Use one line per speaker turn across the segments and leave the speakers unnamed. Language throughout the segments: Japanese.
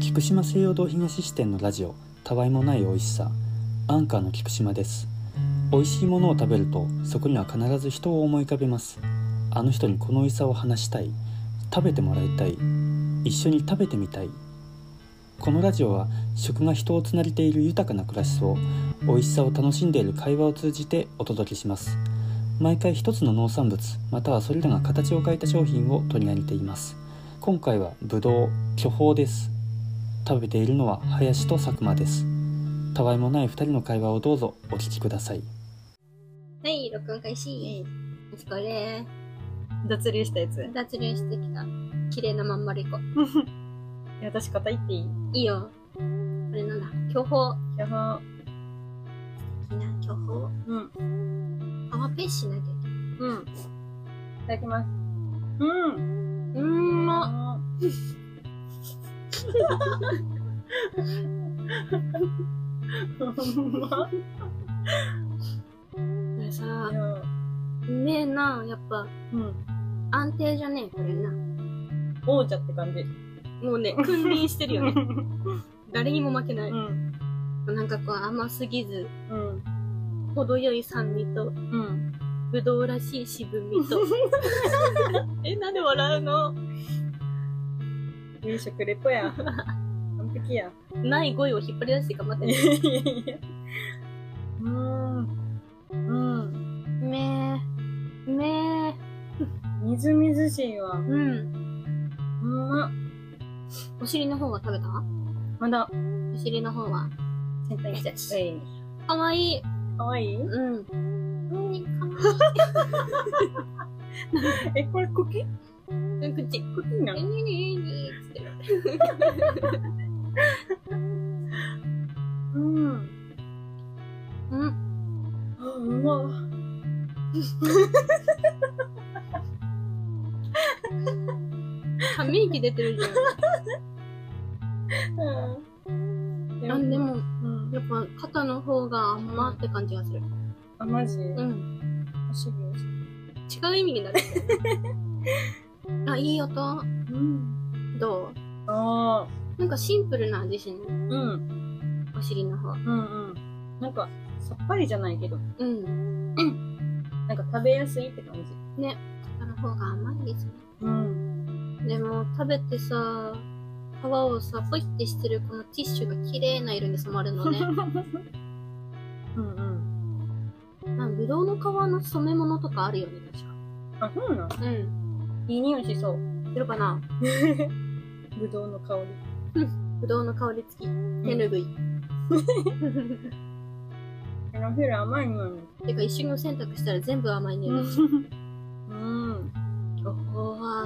福島西洋堂東支店のラジオたわいもない美味しさアンカーの菊島です美味しいものを食べるとそこには必ず人を思い浮かべますあの人にこの美味しさを話したい食べてもらいたい一緒に食べてみたいこのラジオは食が人をつなげている豊かな暮らしを美味しさを楽しんでいる会話を通じてお届けします毎回一つの農産物またはそれらが形を変えた商品を取り上げています今回はぶどう巨峰です食べているのは林と佐久間ですたわいもない二人の会話をどうぞお聞きください
はい、録音開始。お疲れ。
脱流したやつ。い
脱流してきた。綺麗なまんまる子。
や私、肩言っていい
いいよ。これなんだ。巨峰。
やば。
いいな、巨峰。
うん。
パワーペイしなきゃいけない。
うん。いただきます。うん。
うーん、まっ。
あうま
これさ
い、や
うめえな。やっぱ、
うん。
安定じゃねえ、これな。
王者って感じ。
も うね、君臨してるよね。誰にも負けない。
うん。
なんかこう、甘すぎず、
うん。
程よい酸味と、
うん。
ぶどうらしい渋み と。
え、なんで笑うの夕食レポや。完璧や。
ない声を引っ張り出して頑張って
い
ね。
やいやいや。うん。うん。
うめえ。うめえ。
みずみずしいわ。う
うん。
ま。
お尻の方は食べた
まだ。
お尻の方は。
先輩来ちゃった。え
かわいい。
い。かわいい
うん。うん、かわいい。
え、これコキ
うん、口。
コキな
え
の
にににつってる。
うん。
うん。
あ、うま。
ため息出てるじゃん。あ、でも、
うん。
やっぱ肩の方が甘って感じがする。
あ、マジ
うん。
おしびおし
違う意味に なる。あ、いい音。
び。うん。
ど
ああ。
うなんかシンプルな味し
う
ね。
ん。うん
お尻の方。
うん。なんか、さっぱりじゃないけど、
うん。
なんか食べやすいって感じ。
肩の方が甘いですね。
うん。
でも、食べてさ、皮をさ、ポイってしてるこのティッシュが綺麗な色に染まるの ね。
うんうん。
なんかぶどうの皮の染め物とかあるよね、確か。
あ、そうなん
うん。
いい匂いしそう。
するかな
ぶどうの香り。
ぶどうの香り付き。手ぬぐい。
え、ラフェル甘い匂い。
てか、一緒にお洗濯したら全部甘いね。
うん。
おおは、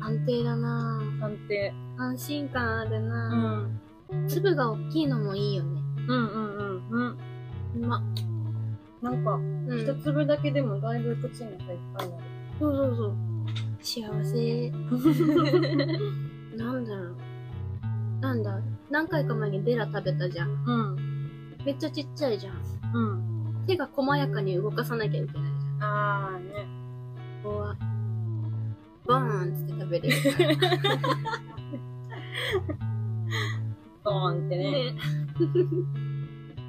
安定だな
鑑定。
ぁ安心感ある
う
なぁ
ん。
粒が大きいのもいいよね。
うんうんうんうん。
うまっ。
なんか、
うん。
一粒だけでもだいぶ口の中いっぱいになる。
そうそうそう。幸せ。なんだろう。なんだ、何回か前にベラ食べたじゃん。
うん。
めっちゃちっちゃいじゃん。
うん。
手が細やかに動かさなきゃいけないじゃん。
あーね。
ここは、バーンつって食べれる。
ドーンってね。
ね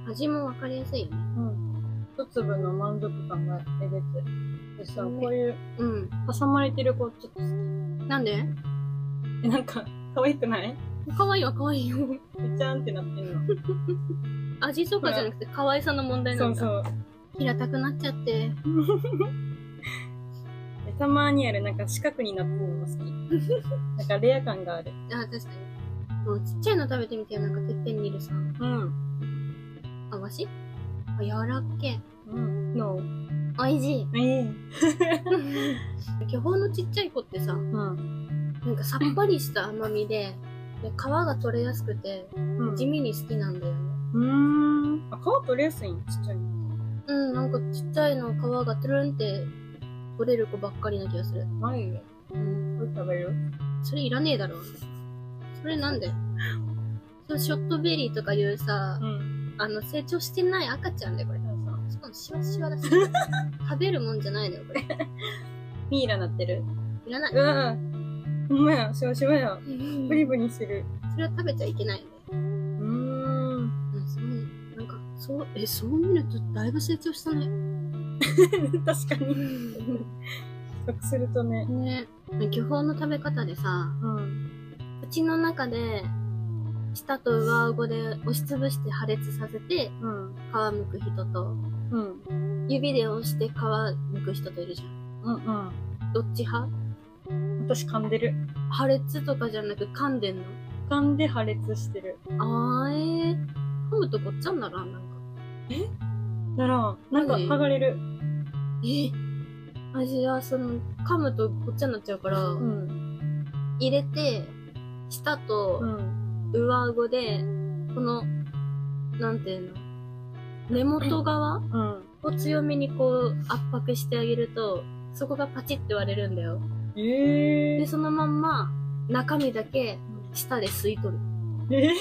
味もわかりやすいよね。
うん。一粒の満足感がえげつ。でさ、
ね
こういう
うん。
挟まれてる子ちょっと好き。
なんで
え、なんか、可愛くない
可愛いは可愛いよ。
めちゃんってなってんの。
味とかじゃなくて可愛さの問題な
そ
ん
う
だ。
そう。
平たくなっちゃって。
でたまにある、なんか四角になってるのも好き。なんかレア感がある。
あ、確かに。もうちっちゃいの食べてみてよ。なんかてっぺんにいるさ。
うん。
あ、わしあ、柔らっけ。
うん。の、
おいしい。
ええ
巨峰のちっちゃい子ってさ、
うん。
なんかさっぱりした甘みで、で皮が取れやすくて、
うん。
地味に好きなんだよね。
うーん。あ、皮取れやすいんちっちゃいの。
うん、なんかちっちゃいの皮がトゥルンって取れる子ばっかりな気がする。
マジで
うん。
これ食べる
それいらねえだろ。それなんだ よ。それショットベリーとかいうさ
う、ん。
あの成長してない赤ちゃんだよ、これ。
そうそう
しかもシワシワだし。食べるもんじゃないのよ、これ。
ミイラなってる。
いらない。
うん。ほんまや、しわしわや。ブリブリする。
それは食べちゃいけないよね。
うーん。
う ん、すごい。なんか、そう、え、そう見るとだいぶ成長したね。
確かに。そうするとね。
ね。巨峰の食べ方でさ、
うん。
口の中で、舌と上顎で押しつぶして破裂させて、
うん。
皮むく人と、
うん。
指で押して皮むく人といるじゃん。
うん。
どっち派
うん。私噛んでる。
破裂とかじゃなく噛んでんの
噛んで破裂してる。
あーえー。噛むとこっちゃにならんなんか。
ならん。なんか
何
剥がれる。
え私はその、噛むとごっちゃになっちゃうから、
うん。
入れて、舌
う
と
ん。
上顎で、この、なんていうの、根元側
うん。
を強めにこう圧迫してあげると、そこがパチって割れるんだよ。
ええ
で、そのまんま、中身だけ舌で吸い取る。
え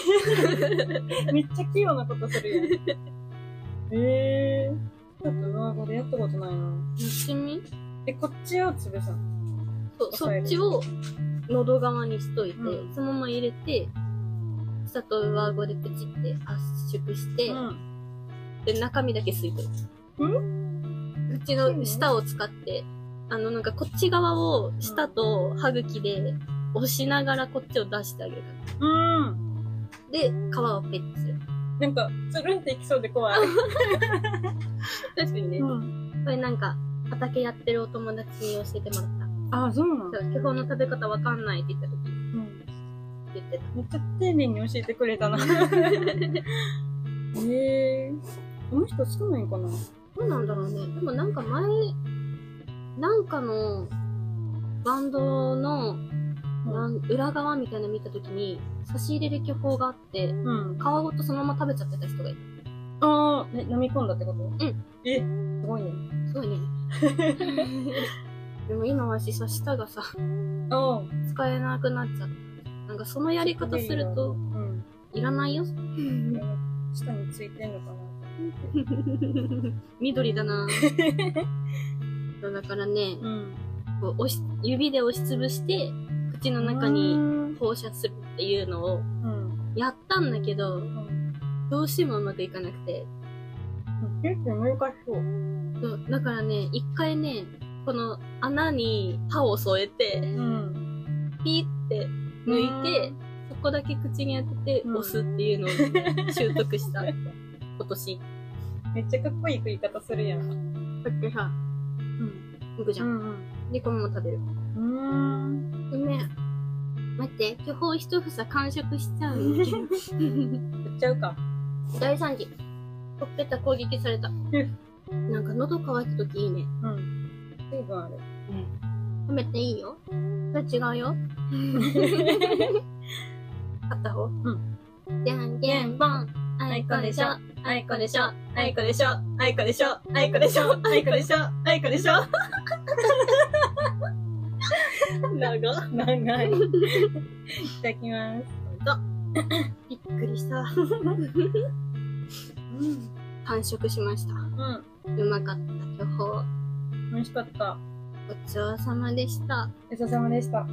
ーめっちゃ器用なことするやん。ええー。ちょっと上顎でやったことない
やっ
な。
てみ
で、こっちを潰さん。
そうそ
抑え
っ
る
ちを喉側にしといて、
う
そのまま入れて、舌と上顎でプチって圧縮して、
ん。
で、中身だけ吸い取る。うちの舌を使って、あの、なんかこっち側を舌と歯茎で押しながらこっちを出してあげる。
うん。
で、皮をペッてする。
なんか、つるんっていきそうで怖い。
確かにね。
うん。
これなんか、畑やってるお友達に教えてもらっ
あ、そうなん
た。そう、基本の食べ方わかんないって言った時に
うん。
言ってた。
めっちゃ丁寧に教えてくれたな。 ええこの人少ないんかな
どうなんだろうね。でもなんか前、なんかのバンドのなん裏側みたいなの見たときに、差し入れる巨峰があって、
うん
皮。ごとそのまま食べちゃってた人がいた。。
ああ、え、飲み込んだってことうんえ、すごいね。
すごいね。でも今はしさ、舌がさ、
ああ、
使えなくなっちゃった。なんかそのやり方すると
う、ん。
いらないよ。
下についてんのかなと思って
緑だなそうだからね、
うん。
こう押し指で押しつぶして、口の中
う
に
ん。
放射するっていうのを
うん。
やったんだけど、どうしてもうまくいかなくて。
結構難しそう。
そうだからね、一回ね、この穴に歯を添えて、
うん。
ピーって抜いて、そこだけ口に当てて
うん
押すっていうのを習得した。今年。
めっちゃかっこいい食い方するやん。
だってさ、
うん。
むくじゃん。で、このまま食べる。
うん。
うめえ待って、巨峰一房完食しちゃ うんだけど
売っちゃうか。
大惨事。ほっぺた攻撃された。なんか喉乾いた時いいね。
うん。水分ある。。
食べていいよ。それ違う よ。買った方うんじゃんけんぽん。あいこでしょ。あいこでしょ。あいこでしょ。
あいこでしょあいこでしょあいこでしょあいこでしょ長長い。いただきます。
びっくりした。
うん。
完食しました。
うん。
うまかった。巨峰。
美味しかった。
ごちそうさまでした。
ごちそうさまでした。